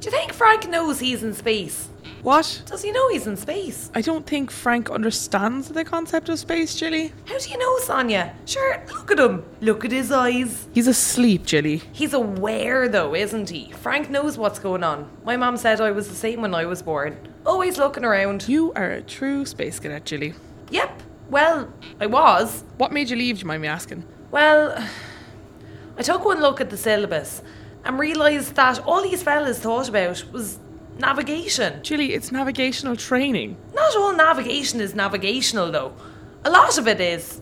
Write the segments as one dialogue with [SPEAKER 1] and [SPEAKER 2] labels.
[SPEAKER 1] Do you think Frank knows he's in space?
[SPEAKER 2] What?
[SPEAKER 1] Does he know he's in space?
[SPEAKER 2] I don't think Frank understands the concept of space, Jilly.
[SPEAKER 1] How do you know, Sonia? Sure, look at him. Look at his eyes.
[SPEAKER 2] He's asleep, Jilly.
[SPEAKER 1] He's aware, though, isn't he? Frank knows what's going on. My mum said I was the same when I was born. Always looking around.
[SPEAKER 2] You are a true space cadet, Jilly.
[SPEAKER 1] Yep. Well, I was.
[SPEAKER 2] What made you leave, do you mind me asking?
[SPEAKER 1] Well, I took one look at the syllabus and realised that all these fellas thought about was navigation.
[SPEAKER 2] Jilly, it's navigational training.
[SPEAKER 1] Not all navigation is navigational, though. A lot of it is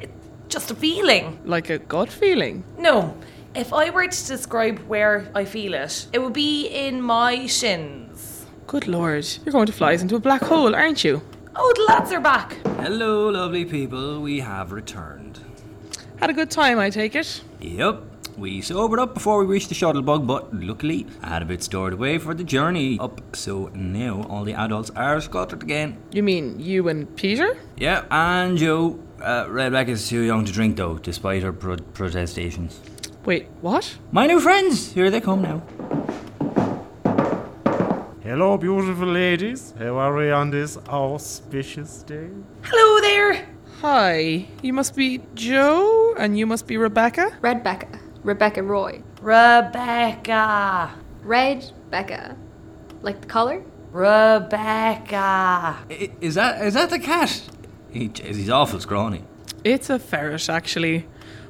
[SPEAKER 1] it- just a feeling.
[SPEAKER 2] Like a gut feeling.
[SPEAKER 1] No, if I were to describe where I feel it, it would be in my shins.
[SPEAKER 2] Good lord. You're going to fly us into a black hole, aren't you?
[SPEAKER 1] Oh, the lads are back.
[SPEAKER 3] Hello, lovely people. We have returned.
[SPEAKER 2] Had a good time, I take it.
[SPEAKER 3] Yep, we sobered up before we reached the shuttlebug, but luckily had a bit stored away for the journey up. So now all the adults are scattered again.
[SPEAKER 2] You mean you and Peter?
[SPEAKER 3] Yeah, and Joe. Uh, Rebecca's too young to drink though, despite her pro- protestations.
[SPEAKER 2] Wait, what?
[SPEAKER 3] My new friends, here they come now.
[SPEAKER 4] Hello, beautiful ladies. How are we on this auspicious day?
[SPEAKER 1] Hello there.
[SPEAKER 2] Hi. You must be Joe, and you must be Rebecca?
[SPEAKER 5] Red Becca. Rebecca Roy.
[SPEAKER 1] Rebecca.
[SPEAKER 5] Red Becca. Like the color?
[SPEAKER 1] Rebecca.
[SPEAKER 3] I- is that is that the cat? He, jeez, he's awful scrawny.
[SPEAKER 2] It's a ferret, actually.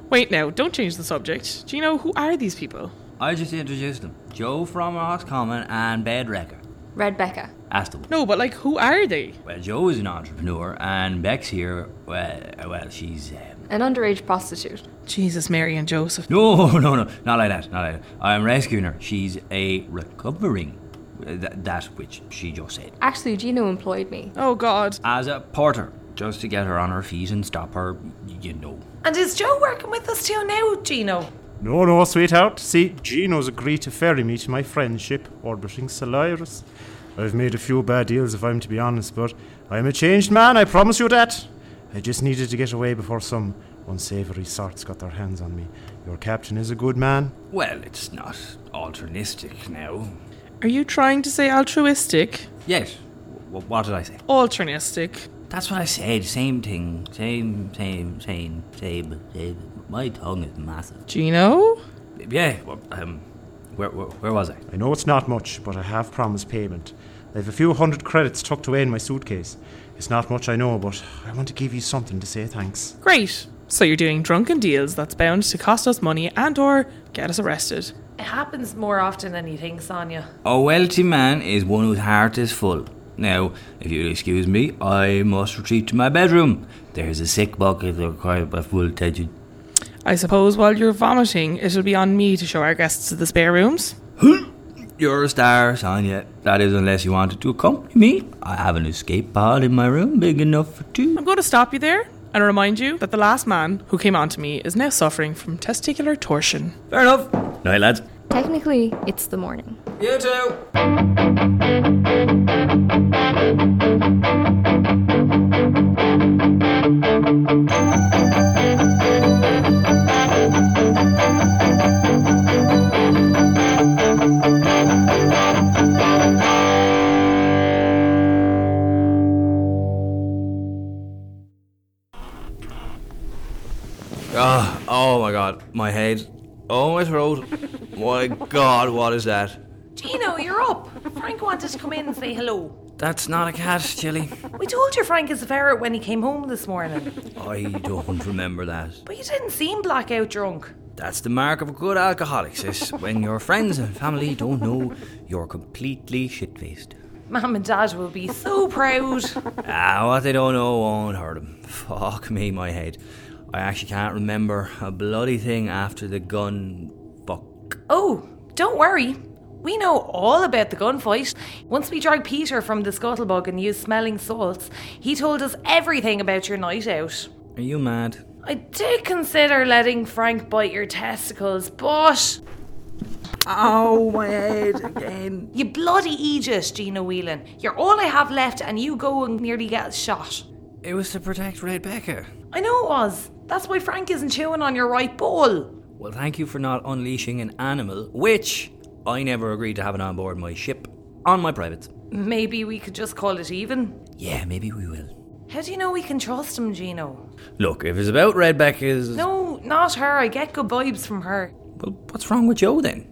[SPEAKER 2] Wait now, don't change the subject. Do you know who are these people?
[SPEAKER 3] I just introduced them. Joe from Ross Common and Bedwrecker.
[SPEAKER 5] Red Becca.
[SPEAKER 3] That's the one.
[SPEAKER 2] No, but like, who are they?
[SPEAKER 3] Well, Joe is an entrepreneur, and Beck's here. Well, well, she's. Um,
[SPEAKER 5] An underage prostitute.
[SPEAKER 2] Jesus, Mary, and Joseph.
[SPEAKER 3] no, no, no, not like that. Not like that. I'm rescuing her. She's a recovering. uh, Th- that which she just said.
[SPEAKER 5] Actually, Gino employed me.
[SPEAKER 2] Oh, God.
[SPEAKER 3] As a porter, just to get her on her feet and stop her, you know.
[SPEAKER 1] And is Joe working with us too now, Gino?
[SPEAKER 4] No, no, sweetheart. See, Gino's agreed to ferry me to my friendship orbiting Solaris. I've made a few bad deals, if I'm to be honest, but I'm a changed man, I promise you that. I just needed to get away before some unsavory sorts got their hands on me. Your captain is a good man.
[SPEAKER 3] Well, it's not alternistic now.
[SPEAKER 2] Are you trying to say altruistic?
[SPEAKER 3] Yes. W- what did I say?
[SPEAKER 2] Alternistic.
[SPEAKER 3] That's what I said. Same thing. Same, same, same, same, same. My tongue is massive.
[SPEAKER 2] Gino?
[SPEAKER 3] Yeah. Well, um, where, where, where was I?
[SPEAKER 4] I know it's not much, but I have promised payment. I've a few hundred credits tucked away in my suitcase. It's not much I know, but I want to give you something to say thanks.
[SPEAKER 2] Great. So you're doing drunken deals that's bound to cost us money and or get us arrested.
[SPEAKER 1] It happens more often than you think, Sonia.
[SPEAKER 3] A wealthy man is one whose heart is full. Now, if you'll excuse me, I must retreat to my bedroom. There's a sick bucket that requires my full attention.
[SPEAKER 2] I suppose while you're vomiting, it'll be on me to show our guests to the spare rooms.
[SPEAKER 3] You're a star, Sonia. That is, unless you wanted to accompany me. I have an escape pod in my room big enough for two.
[SPEAKER 2] I'm going to stop you there and remind you that the last man who came on to me is now suffering from testicular torsion.
[SPEAKER 3] Fair enough. Night, lads.
[SPEAKER 5] Technically, it's the morning.
[SPEAKER 3] You too. Ah, oh my god, my head. Oh, my throat. My god, what is that?
[SPEAKER 1] Gino, you're up. Frank wanted to come in and say hello.
[SPEAKER 3] That's not a cat, Chili.
[SPEAKER 1] We told you Frank is a ferret when he came home this morning,
[SPEAKER 3] I don't remember that.
[SPEAKER 1] but you didn't seem blackout drunk.
[SPEAKER 3] That's the mark of a good alcoholic, sis. When your friends and family don't know you're completely shit faced.
[SPEAKER 1] Mum and Dad will be so proud.
[SPEAKER 3] Ah, what they don't know won't hurt 'em. Fuck me, my head. I actually can't remember a bloody thing after the gun. Fuck.
[SPEAKER 1] Oh, don't worry. We know all about the gunfight. Once we dragged Peter from the scuttlebug and used smelling salts, he told us everything about your night out.
[SPEAKER 3] Are you mad?
[SPEAKER 1] I did consider letting Frank bite your testicles, but
[SPEAKER 3] Oh, my head again.
[SPEAKER 1] you bloody Aegis, Gina Whelan. You're all I have left, and you go and nearly get shot.
[SPEAKER 3] It was to protect Red Becca.
[SPEAKER 1] I know it was. That's why Frank isn't chewing on your right ball.
[SPEAKER 3] Well, thank you for not unleashing an animal, which I never agreed to have it on board my ship, on my privates.
[SPEAKER 1] Maybe we could just call it even.
[SPEAKER 3] Yeah, maybe we will.
[SPEAKER 1] How do you know we can trust him, Gino?
[SPEAKER 3] Look, if it's about Redbecca's.
[SPEAKER 1] No, not her. I get good vibes from her.
[SPEAKER 3] Well, what's wrong with Joe then?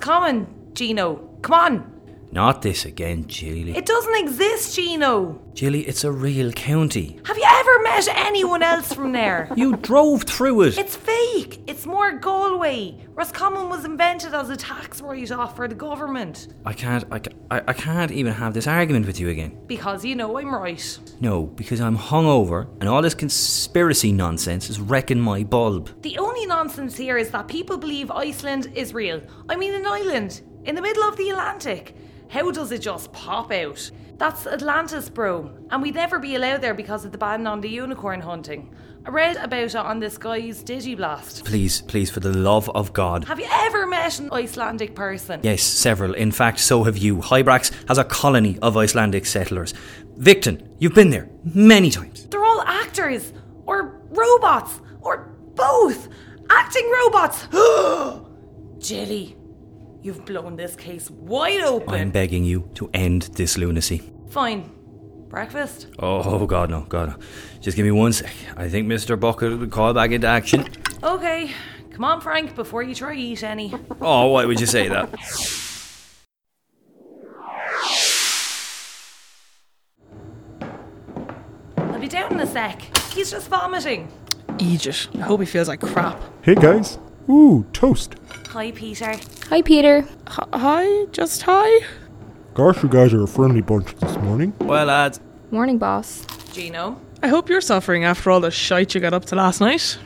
[SPEAKER 1] Roscommon, Gino. Come on.
[SPEAKER 3] Not this again, Chilly.
[SPEAKER 1] It doesn't exist, Gino.
[SPEAKER 3] Chilly, it's a real county.
[SPEAKER 1] Have you ever met anyone else from there?
[SPEAKER 3] You drove through it.
[SPEAKER 1] It's fake. It's more Galway. Roscommon was invented as a tax write off for the government.
[SPEAKER 3] I can't. I, ca- I, I can't even have this argument with you again.
[SPEAKER 1] Because you know I'm right.
[SPEAKER 3] No, because I'm hungover, and all this conspiracy nonsense is wrecking my bulb.
[SPEAKER 1] The only nonsense here is that people believe Iceland is real. I mean, an island in the middle of the Atlantic. How does it just pop out? That's Atlantis, bro. And we'd never be allowed there because of the ban on the unicorn hunting. I read about it on this guy's Digiblast.
[SPEAKER 3] Please, please, for the love of God.
[SPEAKER 1] Have you ever met an Icelandic person?
[SPEAKER 3] Yes, several. In fact, so have you. Hybrax has a colony of Icelandic settlers. Victon, you've been there many times.
[SPEAKER 1] They're all actors, or robots, or both. Acting robots. Jilly, you've blown this case wide
[SPEAKER 3] I'm
[SPEAKER 1] open.
[SPEAKER 3] begging you to end this lunacy.
[SPEAKER 1] Fine. Breakfast?
[SPEAKER 3] Oh, God, no, God, no. Just give me one sec. I think Mr. Bucket will call back into action.
[SPEAKER 1] Okay, come on, Frank, before you try to eat any.
[SPEAKER 3] Oh, why would you say that?
[SPEAKER 1] I'll be down in a sec. He's just vomiting.
[SPEAKER 2] Egypt. I hope he feels like crap.
[SPEAKER 6] Hey guys. Ooh, toast.
[SPEAKER 1] Hi, Peter.
[SPEAKER 5] Hi, Peter.
[SPEAKER 2] H- hi, just hi.
[SPEAKER 6] Gosh, you guys are a friendly bunch this morning.
[SPEAKER 3] Well, lads,
[SPEAKER 5] Morning, boss.
[SPEAKER 1] Gino.
[SPEAKER 2] I hope you're suffering after all the shite you got up to last night.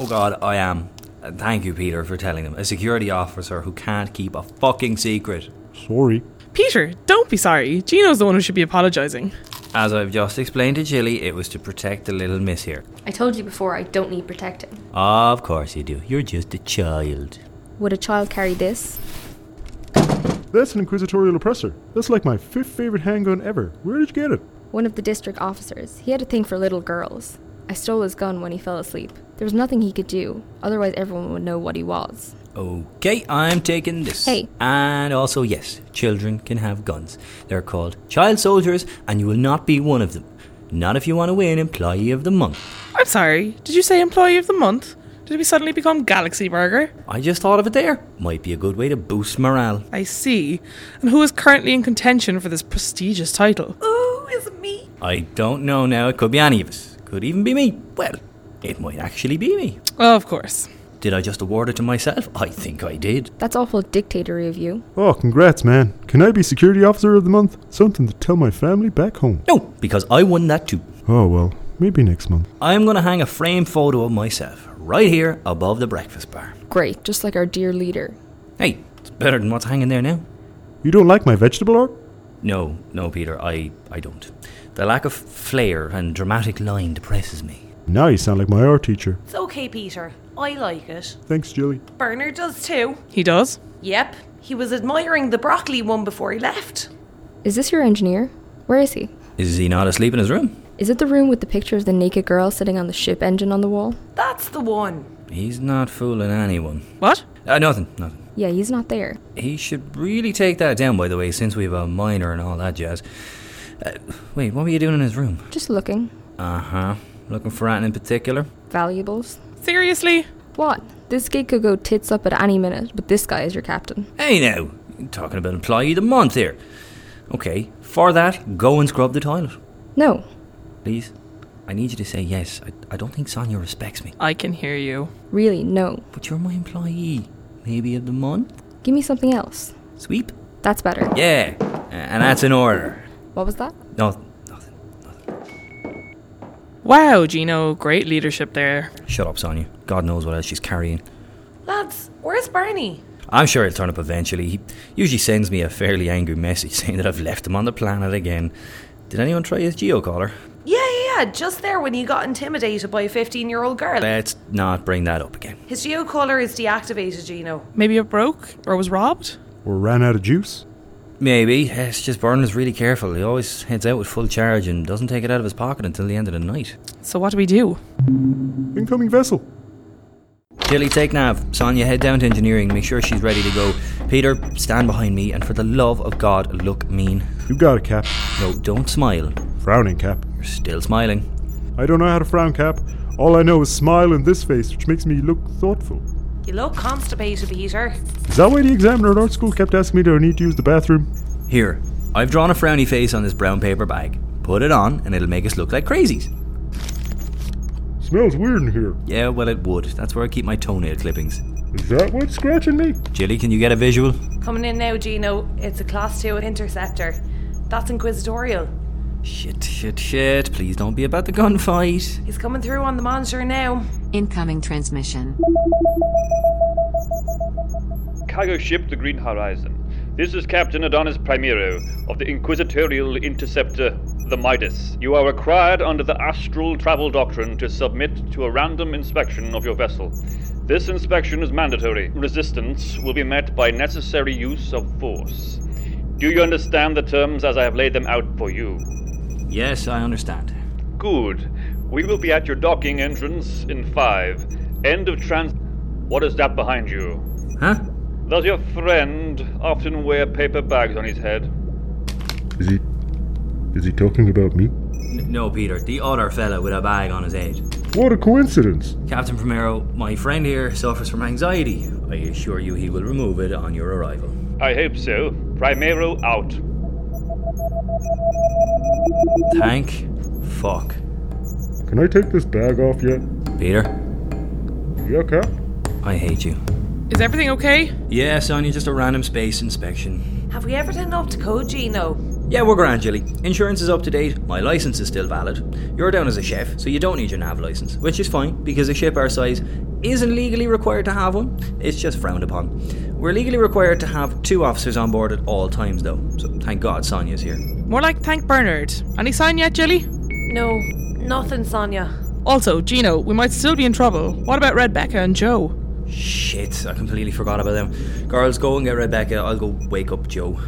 [SPEAKER 3] oh, God, I am. And Thank you, Peter, for telling them. A security officer who can't keep a fucking secret.
[SPEAKER 6] Sorry.
[SPEAKER 2] Peter, don't be sorry. Gino's the one who should be apologising.
[SPEAKER 3] As I've just explained to Chili, it was to protect the little miss here.
[SPEAKER 5] I told you before I don't need protecting.
[SPEAKER 3] Of course you do. You're just a child.
[SPEAKER 5] Would a child carry this?
[SPEAKER 6] That's an inquisitorial oppressor. That's like my fifth favorite handgun ever. Where did you get it?
[SPEAKER 5] One of the district officers. He had a thing for little girls. I stole his gun when he fell asleep. There was nothing he could do, otherwise, everyone would know what he was.
[SPEAKER 3] Okay, I'm taking this.
[SPEAKER 5] Hey.
[SPEAKER 3] And also, yes, children can have guns. They're called child soldiers, and you will not be one of them. Not if you want to win Employee of the Month.
[SPEAKER 2] I'm sorry. Did you say employee of the month? Did we suddenly become Galaxy Burger?
[SPEAKER 3] I just thought of it there. Might be a good way to boost morale.
[SPEAKER 2] I see. And who is currently in contention for this prestigious title?
[SPEAKER 1] Ooh, is it me?
[SPEAKER 3] I don't know now. It could be any of us. Could even be me. Well, it might actually be me.
[SPEAKER 2] Of course.
[SPEAKER 3] Did I just award it to myself? I think I did.
[SPEAKER 5] That's awful dictatorial of you.
[SPEAKER 6] Oh, congrats, man. Can I be security officer of the month? Something to tell my family back home.
[SPEAKER 3] No, because I won that too.
[SPEAKER 6] Oh, well, maybe next month.
[SPEAKER 3] I'm going to hang a framed photo of myself right here above the breakfast bar.
[SPEAKER 5] Great, just like our dear leader.
[SPEAKER 3] Hey, it's better than what's hanging there now.
[SPEAKER 6] You don't like my vegetable art?
[SPEAKER 3] No, no, Peter, I, I don't. The lack of flair and dramatic line depresses me.
[SPEAKER 6] Now you sound like my art teacher.
[SPEAKER 1] It's okay, Peter. I like it.
[SPEAKER 6] Thanks, Jilly.
[SPEAKER 1] Bernard does too.
[SPEAKER 2] He does?
[SPEAKER 1] Yep, he was admiring the broccoli one before he left.
[SPEAKER 5] Is this your engineer? Where is he?
[SPEAKER 3] Is he not asleep in his room?
[SPEAKER 5] Is it the room with the picture of the naked girl sitting on the ship engine on the wall?
[SPEAKER 1] That's the one.
[SPEAKER 3] He's not fooling anyone.
[SPEAKER 2] What?
[SPEAKER 3] Uh, nothing, nothing.
[SPEAKER 5] Yeah, he's not there.
[SPEAKER 3] He should really take that down, by the way, since we have a minor and all that jazz. Uh, wait, what were you doing in his room?
[SPEAKER 5] Just looking.
[SPEAKER 3] Uh huh. Looking for anything in particular?
[SPEAKER 5] Valuables.
[SPEAKER 2] Seriously?
[SPEAKER 5] What? This gig could go tits up at any minute, but this guy is your captain.
[SPEAKER 3] Hey now, talking about employee of the month here. Okay, for that, go and scrub the toilet.
[SPEAKER 5] No.
[SPEAKER 3] Please. I need you to say yes. I, I don't think Sonia respects me.
[SPEAKER 2] I can hear you.
[SPEAKER 5] Really, no.
[SPEAKER 3] But you're my employee. Maybe of the month?
[SPEAKER 5] Give me something else.
[SPEAKER 3] Sweep?
[SPEAKER 5] That's better.
[SPEAKER 3] Yeah, and that's in order.
[SPEAKER 5] What was that?
[SPEAKER 3] No, nothing, nothing.
[SPEAKER 2] Wow, Gino, great leadership there.
[SPEAKER 3] Shut up, Sonia. God knows what else she's carrying.
[SPEAKER 1] Lads, where's Barney?
[SPEAKER 3] I'm sure he'll turn up eventually. He usually sends me a fairly angry message saying that I've left him on the planet again. Did anyone try his geocaller?
[SPEAKER 1] Yeah, yeah, yeah, just there when you got intimidated by a 15 year old girl.
[SPEAKER 3] Let's not bring that up again.
[SPEAKER 1] His geocaller is deactivated, Gino.
[SPEAKER 2] Maybe it broke or was robbed?
[SPEAKER 6] Or ran out of juice?
[SPEAKER 3] Maybe. It's just Bernard's really careful. He always heads out with full charge and doesn't take it out of his pocket until the end of the night.
[SPEAKER 2] So what do we do?
[SPEAKER 6] Incoming vessel.
[SPEAKER 3] Tilly, take Nav. Sonia, head down to engineering. Make sure she's ready to go. Peter, stand behind me, and for the love of God, look mean.
[SPEAKER 6] You got it, Cap.
[SPEAKER 3] No, don't smile.
[SPEAKER 6] Frowning, Cap.
[SPEAKER 3] You're still smiling.
[SPEAKER 6] I don't know how to frown, Cap. All I know is smile in this face, which makes me look thoughtful.
[SPEAKER 1] You look constipated, Peter.
[SPEAKER 6] Is that why the examiner at art school kept asking me do I need to use the bathroom?
[SPEAKER 3] Here, I've drawn a frowny face on this brown paper bag. Put it on, and it'll make us look like crazies.
[SPEAKER 6] Smells weird in here.
[SPEAKER 3] Yeah, well, it would. That's where I keep my toenail clippings.
[SPEAKER 6] Is that what's scratching me?
[SPEAKER 3] Jilly, can you get a visual?
[SPEAKER 1] Coming in now, Gino. It's a class two interceptor. That's inquisitorial.
[SPEAKER 3] Shit, shit, shit. Please don't be about the gunfight.
[SPEAKER 1] He's coming through on the monitor now.
[SPEAKER 7] Incoming transmission.
[SPEAKER 8] cargo ship the Green Horizon. This is Captain Adonis Primero of the Inquisitorial Interceptor, the Midas. You are required under the Astral Travel Doctrine to submit to a random inspection of your vessel. This inspection is mandatory. Resistance will be met by necessary use of force. Do you understand the terms as I have laid them out for you?
[SPEAKER 3] Yes, I understand.
[SPEAKER 8] Good. We will be at your docking entrance in five. End of trans. What is that behind you?
[SPEAKER 3] Huh?
[SPEAKER 8] Does your friend often wear paper bags on his head?
[SPEAKER 6] Is he. Is he talking about me?
[SPEAKER 3] No, Peter, the other fella with a bag on his head.
[SPEAKER 6] What a coincidence!
[SPEAKER 3] Captain Primero, my friend here suffers from anxiety. I assure you he will remove it on your arrival.
[SPEAKER 8] I hope so. Primero out.
[SPEAKER 3] Thank fuck.
[SPEAKER 6] Can I take this bag off yet?
[SPEAKER 3] Peter,
[SPEAKER 6] Yeah, Cap?
[SPEAKER 3] I hate you.
[SPEAKER 2] Is everything okay?
[SPEAKER 3] Yeah, Sonia, just a random space inspection.
[SPEAKER 1] Have we ever done up to code, Gino?
[SPEAKER 3] Yeah, we're grand, Jilly. Insurance is up to date, my license is still valid. You're down as a chef, so you don't need your nav license, which is fine because a ship our size isn't legally required to have one, it's just frowned upon. We're legally required to have two officers on board at all times, though, so thank God Sonia's here.
[SPEAKER 2] More like thank Bernard. Any sign yet, Jilly?
[SPEAKER 1] No, nothing, Sonia.
[SPEAKER 2] Also, Gino, we might still be in trouble. What about Red Becca and Joe?
[SPEAKER 3] Shit, I completely forgot about them. Girls, go and get Rebecca. I'll go wake up Joe.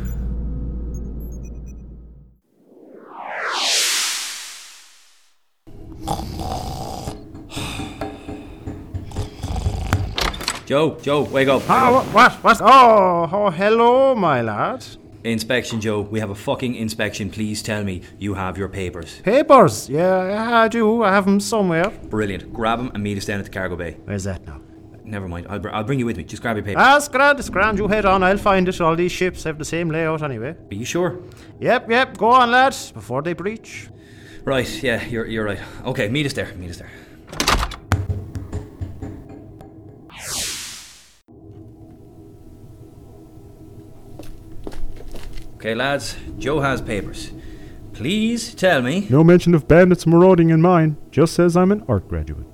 [SPEAKER 3] Joe, Joe, wake up.
[SPEAKER 4] Ah, what, what, what? Oh, oh, hello, my lad.
[SPEAKER 3] Inspection, Joe. We have a fucking inspection. Please tell me you have your papers.
[SPEAKER 4] Papers. Yeah, I do. I have them somewhere.
[SPEAKER 3] Brilliant. Grab them and meet us down at the cargo bay.
[SPEAKER 4] Where's that now?
[SPEAKER 3] Never mind. I'll, br- I'll bring you with me. Just grab your papers.
[SPEAKER 4] Ah, it's grand, it's grand. You head on. I'll find it. All these ships have the same layout anyway.
[SPEAKER 3] Are you sure?
[SPEAKER 4] Yep, yep. Go on, lad. Before they breach.
[SPEAKER 3] Right. Yeah, you're you're right. Okay, meet us there. Meet us there. Okay, lads. Joe has papers. Please tell me.
[SPEAKER 6] No mention of bandits marauding in mine, just says I'm an art graduate.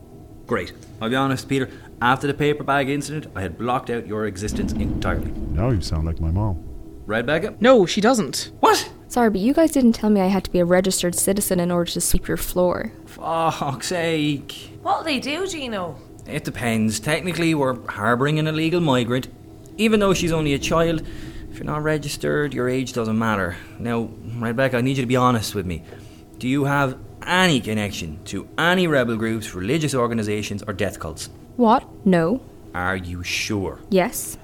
[SPEAKER 3] Great. I'll be honest, Peter. After the paper bag incident, I had blocked out your existence entirely.
[SPEAKER 6] Now you sound like my mom.
[SPEAKER 3] Right, Becca?
[SPEAKER 2] No, she doesn't.
[SPEAKER 3] What?
[SPEAKER 5] Sorry, but you guys didn't tell me I had to be a registered citizen in order to sweep your floor.
[SPEAKER 3] Fuck's sake.
[SPEAKER 1] What'll they do, Gino?
[SPEAKER 3] It depends. Technically, we're harbouring an illegal migrant. Even though she's only a child, if you're not registered, your age doesn't matter. Now, Rebecca, I need you to be honest with me. Do you have any connection to any rebel groups, religious organisations, or death cults?
[SPEAKER 5] What? No.
[SPEAKER 3] Are you sure?
[SPEAKER 5] Yes.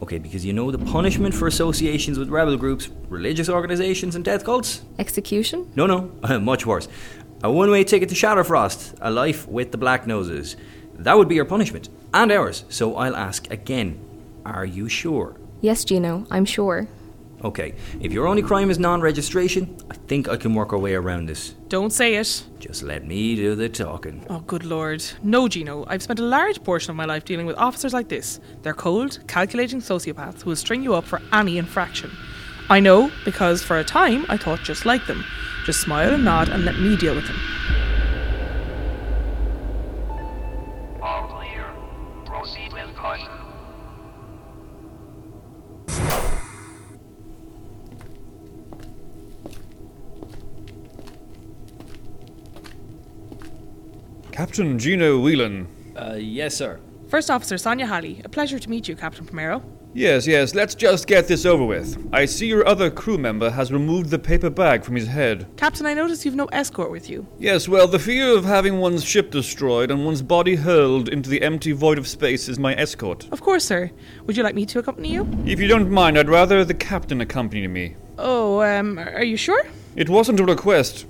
[SPEAKER 3] Okay, because you know the punishment for associations with rebel groups, religious organisations, and death cults?
[SPEAKER 5] Execution?
[SPEAKER 3] No, no, much worse. A one way ticket to Shatterfrost, a life with the Black Noses. That would be your punishment, and ours. So I'll ask again Are you sure?
[SPEAKER 5] Yes, Gino, I'm sure.
[SPEAKER 3] Okay, if your only crime is non registration, I think I can work our way around this.
[SPEAKER 2] Don't say it.
[SPEAKER 3] Just let me do the talking.
[SPEAKER 2] Oh, good lord. No, Gino, I've spent a large portion of my life dealing with officers like this. They're cold, calculating sociopaths who will string you up for any infraction. I know, because for a time I thought just like them. Just smile and nod and let me deal with them.
[SPEAKER 9] All clear. Proceed with caution.
[SPEAKER 8] Captain
[SPEAKER 3] Uh,
[SPEAKER 8] Gino Whelan.
[SPEAKER 3] yes, sir.
[SPEAKER 2] First Officer Sonia Halley, a pleasure to meet you, Captain Primero.
[SPEAKER 8] Yes, yes, let's just get this over with. I see your other crew member has removed the paper bag from his head.
[SPEAKER 2] Captain, I notice you've no escort with you.
[SPEAKER 8] Yes, well, the fear of having one's ship destroyed and one's body hurled into the empty void of space is my escort.
[SPEAKER 2] Of course, sir. Would you like me to accompany you?
[SPEAKER 8] If you don't mind, I'd rather the captain accompany me.
[SPEAKER 2] Oh, um, are you sure?
[SPEAKER 8] It wasn't a request,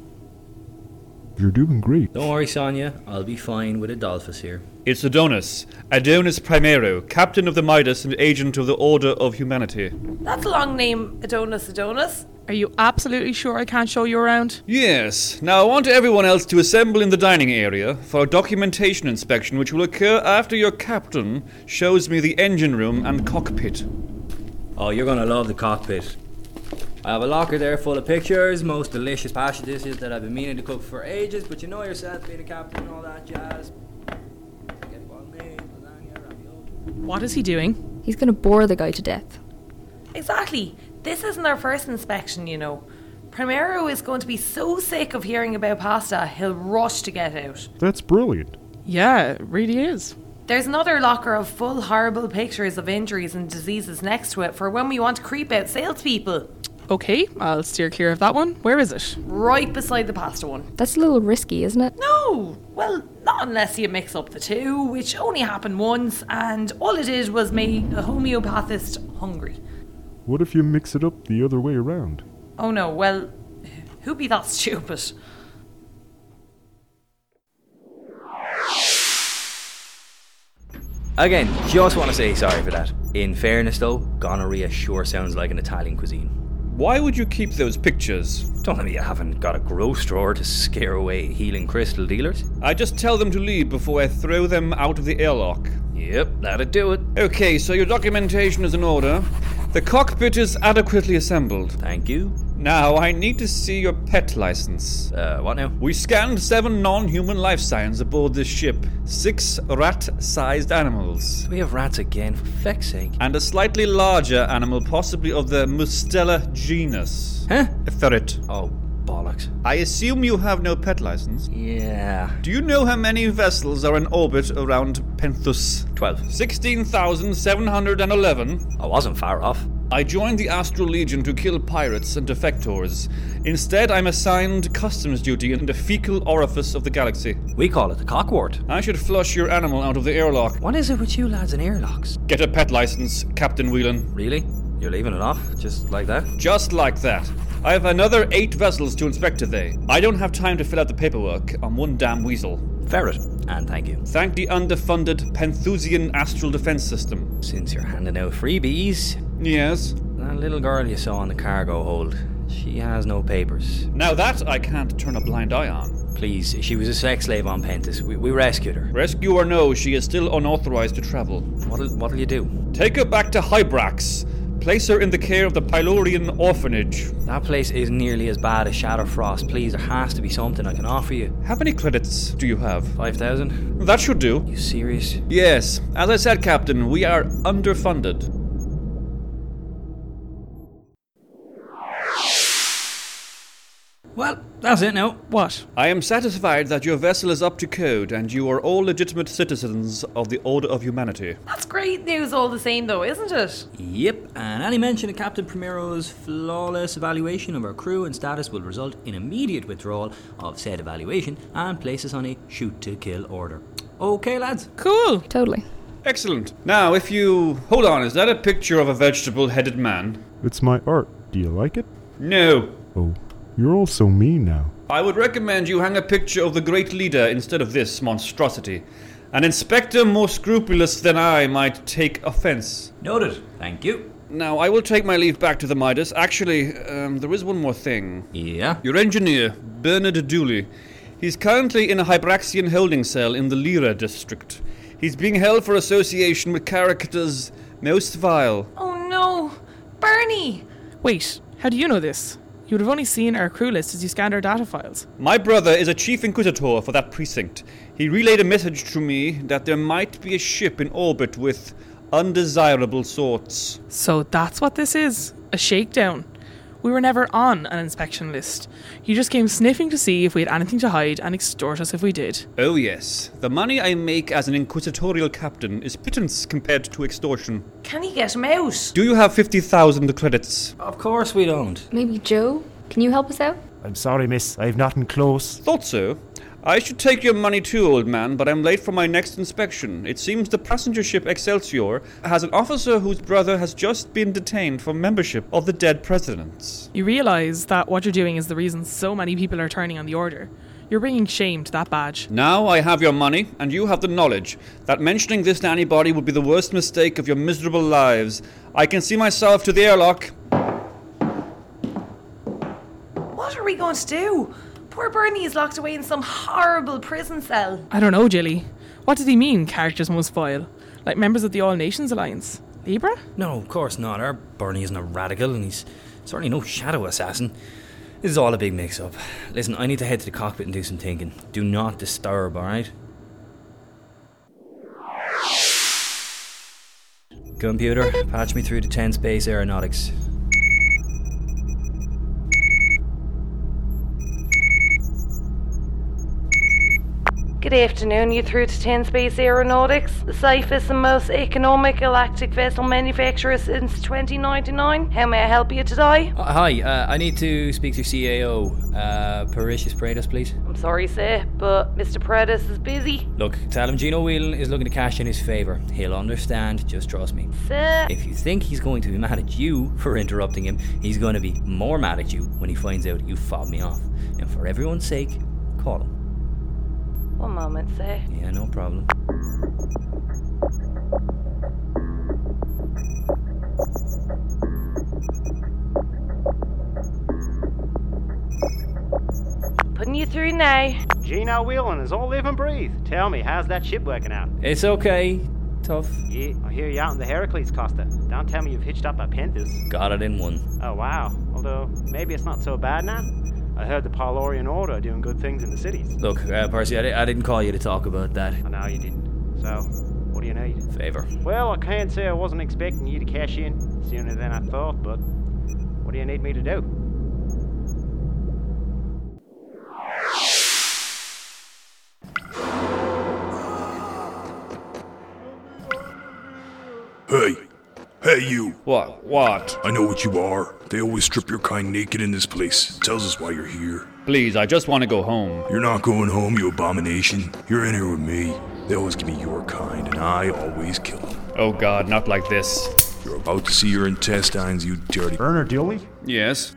[SPEAKER 6] You're doing great.
[SPEAKER 3] Don't worry, Sonia. I'll be fine with Adolphus here.
[SPEAKER 8] It's Adonis, Adonis Primero, captain of the Midas and agent of the Order of Humanity.
[SPEAKER 1] That's a long name, Adonis Adonis.
[SPEAKER 2] Are you absolutely sure I can't show you around?
[SPEAKER 8] Yes, now I want everyone else to assemble in the dining area for a documentation inspection which will occur after your captain shows me the engine room and cockpit.
[SPEAKER 3] Oh, you're gonna love the cockpit. I have a locker there full of pictures, most delicious pasta dishes that I've been meaning to cook for ages, but you know yourself, being a captain and all that jazz. Spaghetti bolognese, lasagna, ravioli.
[SPEAKER 2] What is he doing?
[SPEAKER 5] He's gonna bore the guy to death.
[SPEAKER 1] Exactly. This isn't our first inspection, you know. Primero is going to be so sick of hearing about pasta, he'll rush to get out.
[SPEAKER 6] That's brilliant.
[SPEAKER 2] Yeah, it really is.
[SPEAKER 1] There's another locker of full horrible pictures of injuries and diseases next to it for when we want to creep out salespeople.
[SPEAKER 2] Okay, I'll steer clear of that one. Where is it?
[SPEAKER 1] Right beside the pasta one.
[SPEAKER 5] That's a little risky, isn't it?
[SPEAKER 1] No! Well, not unless you mix up the two, which only happened once, and all it did was make the homeopathist hungry.
[SPEAKER 6] What if you mix it up the other way around?
[SPEAKER 1] Oh no, well, who'd be that stupid?
[SPEAKER 3] Again, just want to say sorry for that. In fairness, though, gonorrhea sure sounds like an Italian cuisine.
[SPEAKER 8] Why would you keep those pictures?
[SPEAKER 3] Don't tell me you haven't got a gross drawer to scare away healing crystal dealers.
[SPEAKER 8] I just tell them to leave before I throw them out of the airlock.
[SPEAKER 3] Yep, that'd do it.
[SPEAKER 8] Okay, so your documentation is in order. The cockpit is adequately assembled.
[SPEAKER 3] Thank you.
[SPEAKER 8] Now, I need to see your pet license.
[SPEAKER 3] Uh, what now?
[SPEAKER 8] We scanned seven non human life signs aboard this ship six rat sized animals,
[SPEAKER 3] We have rats again, for feck's sake.
[SPEAKER 8] and a slightly larger animal, possibly of the Mustela genus.
[SPEAKER 3] Huh?
[SPEAKER 8] A ferret.
[SPEAKER 3] Oh, bollocks.
[SPEAKER 8] I assume you have no pet license.
[SPEAKER 3] Yeah.
[SPEAKER 8] Do you know how many vessels are in orbit around Penthus?
[SPEAKER 3] 12.
[SPEAKER 8] 16,711.
[SPEAKER 3] I wasn't far off.
[SPEAKER 8] I joined the Astral Legion to kill pirates and defectors. Instead, I'm assigned customs duty in the fecal orifice of the galaxy.
[SPEAKER 3] We call it the cockwort.
[SPEAKER 8] I should flush your animal out of the airlock.
[SPEAKER 3] What is it with you lads and airlocks?
[SPEAKER 8] Get a pet license, Captain Whelan.
[SPEAKER 3] Really? You're leaving it off? Just like that?
[SPEAKER 8] Just like that. I have another eight vessels to inspect today. I don't have time to fill out the paperwork on one damn weasel.
[SPEAKER 3] Ferret. And thank you.
[SPEAKER 8] Thank the underfunded Penthusian Astral Defense System.
[SPEAKER 3] Since you're handing out freebies,
[SPEAKER 8] Yes.
[SPEAKER 3] that little girl you saw on the cargo hold, she has no papers.
[SPEAKER 8] Now that I can't turn a blind eye on.
[SPEAKER 3] Please, she was a sex slave on Pentas. We, we rescued her.
[SPEAKER 8] Rescue or no, she is still unauthorized to travel.
[SPEAKER 3] What'll, what'll you do?
[SPEAKER 8] Take her back to Hybrax. Place her in the care of the Pylorian Orphanage.
[SPEAKER 3] That place is nearly as bad as Shadowfrost. Please, there has to be something I can offer you.
[SPEAKER 8] How many credits do you have?
[SPEAKER 3] 5,000?
[SPEAKER 8] That should do.
[SPEAKER 3] You serious?
[SPEAKER 8] Yes, as I said, Captain, we are underfunded.
[SPEAKER 3] Well, that's it now.
[SPEAKER 2] What?
[SPEAKER 8] I am satisfied that your vessel is up to code and you are all legitimate citizens of the Order of Humanity.
[SPEAKER 1] That's great news all the same, though, isn't it?
[SPEAKER 3] Yep, and any mention of Captain Primero's flawless evaluation of our crew and status will result in immediate withdrawal of said evaluation and place us on a shoot to kill order. Okay, lads.
[SPEAKER 2] Cool.
[SPEAKER 5] Totally.
[SPEAKER 8] Excellent. Now, if you. Hold on, is that a picture of a vegetable headed man?
[SPEAKER 6] It's my art. Do you like it?
[SPEAKER 8] No.
[SPEAKER 6] Oh, you're all so mean now.
[SPEAKER 8] I would recommend you hang a picture of the great leader instead of this monstrosity. An inspector more scrupulous than I might take offense.
[SPEAKER 3] Noted. Thank you.
[SPEAKER 8] Now, I will take my leave back to the Midas. Actually, um, there is one more thing.
[SPEAKER 3] Yeah.
[SPEAKER 8] Your engineer, Bernard Dooley, he's currently in a Hybraxian holding cell in the Lyra district. He's being held for association with characters most vile.
[SPEAKER 1] Oh no! Bernie!
[SPEAKER 2] Wait, how do you know this? You would have only seen our crew list as you scanned our data files.
[SPEAKER 8] My brother is a chief inquisitor for that precinct. He relayed a message to me that there might be a ship in orbit with undesirable sorts.
[SPEAKER 2] So that's what this is a shakedown. We were never on an inspection list. You just came sniffing to see if we had anything to hide and extort us if we did.
[SPEAKER 8] Oh, yes. The money I make as an inquisitorial captain is pittance compared to extortion.
[SPEAKER 1] Can you get him out?
[SPEAKER 8] Do you have 50,000 credits?
[SPEAKER 3] Of course we don't.
[SPEAKER 5] Maybe Joe? Can you help us out?
[SPEAKER 4] I'm sorry, miss. I've nothing close.
[SPEAKER 8] Thought so. I should take your money too, old man, but I'm late for my next inspection. It seems the passenger ship Excelsior has an officer whose brother has just been detained for membership of the dead presidents.
[SPEAKER 2] You realise that what you're doing is the reason so many people are turning on the order. You're bringing shame to that badge.
[SPEAKER 8] Now I have your money, and you have the knowledge that mentioning this to anybody would be the worst mistake of your miserable lives. I can see myself to the airlock.
[SPEAKER 1] What are we going to do? Poor Bernie is locked away in some horrible prison cell.
[SPEAKER 2] I don't know, Jilly. What did he mean, characters must foil? Like members of the All Nations Alliance? Libra?
[SPEAKER 3] No, of course not. Our Bernie isn't a radical, and he's certainly no shadow assassin. This is all a big mix up. Listen, I need to head to the cockpit and do some thinking. Do not disturb, alright? Computer, patch me through to 10 Space Aeronautics.
[SPEAKER 1] Good afternoon, you through to 10 Space Aeronautics. Safe is the most economic galactic vessel manufacturer since 2099. How may I help you today?
[SPEAKER 3] Uh, hi, uh, I need to speak to CAO. Uh, Parisius Prados, please.
[SPEAKER 1] I'm sorry, sir, but Mr. Paredes is busy.
[SPEAKER 3] Look, tell him Gino Whelan is looking to cash in his favour. He'll understand, just trust me.
[SPEAKER 1] Sir,
[SPEAKER 3] If you think he's going to be mad at you for interrupting him, he's going to be more mad at you when he finds out you fobbed me off. And for everyone's sake, call him.
[SPEAKER 1] one moment, sir.
[SPEAKER 3] Yeah, no problem.
[SPEAKER 1] Putting you through now.
[SPEAKER 10] Gino Whelan is all live and breathe. Tell me, how's that ship working out?
[SPEAKER 3] It's okay. Tough.
[SPEAKER 10] Yeah, I hear you out in the Heracles, Costa. Don't tell me you've hitched up at Panthers.
[SPEAKER 3] Got it in one.
[SPEAKER 10] Oh, wow. Although, maybe it's not so bad now. I heard the Pylorian Order are doing good things in the cities.
[SPEAKER 3] Look, uh, Percy, I, di- I didn't call you to talk about that.
[SPEAKER 10] I know you didn't. So, what do you need?
[SPEAKER 3] Favor.
[SPEAKER 10] Well, I can say I wasn't expecting you to cash in sooner than I thought, but what do you need me to do?
[SPEAKER 11] Hey. Hey, you.
[SPEAKER 8] What? What?
[SPEAKER 11] I know what you are. They always strip your kind naked in this place. It tells us why you're here.
[SPEAKER 8] Please, I just want to go home.
[SPEAKER 11] You're not going home, you abomination. You're in here with me. They always give me your kind, and I always kill them.
[SPEAKER 8] Oh god, not like this.
[SPEAKER 11] You're about to see your intestines, you dirty.
[SPEAKER 4] Bernard Dooley?
[SPEAKER 8] Yes.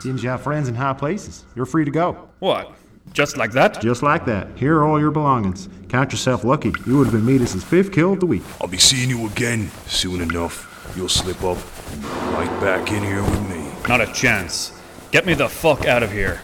[SPEAKER 4] Seems you have friends in high places. You're free to go.
[SPEAKER 8] What? Just like that?
[SPEAKER 4] Just like that. Here are all your belongings. Count yourself lucky. You would have been Metis's fifth kill of the week.
[SPEAKER 11] I'll be seeing you again soon enough. You'll slip up and be right back in here with me.
[SPEAKER 8] Not a chance. Get me the fuck out of here.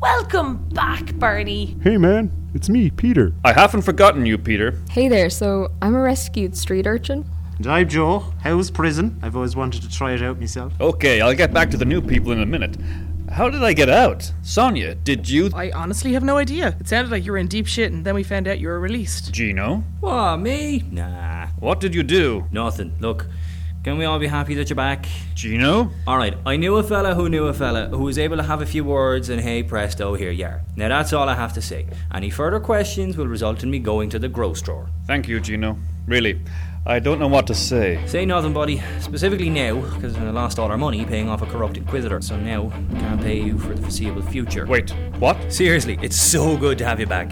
[SPEAKER 1] Welcome back, Bernie.
[SPEAKER 6] Hey, man, it's me, Peter.
[SPEAKER 8] I haven't forgotten you, Peter.
[SPEAKER 5] Hey there, so I'm a rescued street urchin.
[SPEAKER 4] And I'm Joe. How's prison? I've always wanted to try it out myself.
[SPEAKER 8] Okay, I'll get back to the new people in a minute. How did I get out? Sonia, did you.
[SPEAKER 2] I honestly have no idea. It sounded like you were in deep shit and then we found out you were released.
[SPEAKER 8] Gino?
[SPEAKER 3] What, me? Nah,
[SPEAKER 8] What did you do?
[SPEAKER 3] nothing. Look, can we all be happy that you're back?
[SPEAKER 8] Gino?
[SPEAKER 3] Alright, I knew a fella who knew a fella who was able to have a few words and hey presto, here you are. Now that's all I have to say. Any further questions will result in me going to the gross drawer.
[SPEAKER 8] Thank you, Gino. Really. I don't know what to say.
[SPEAKER 3] Say nothing, buddy. Specifically now, because I lost all our money paying off a corrupt inquisitor, so now can't pay you for the foreseeable future.
[SPEAKER 8] Wait, what?
[SPEAKER 3] Seriously, it's so good to have you back.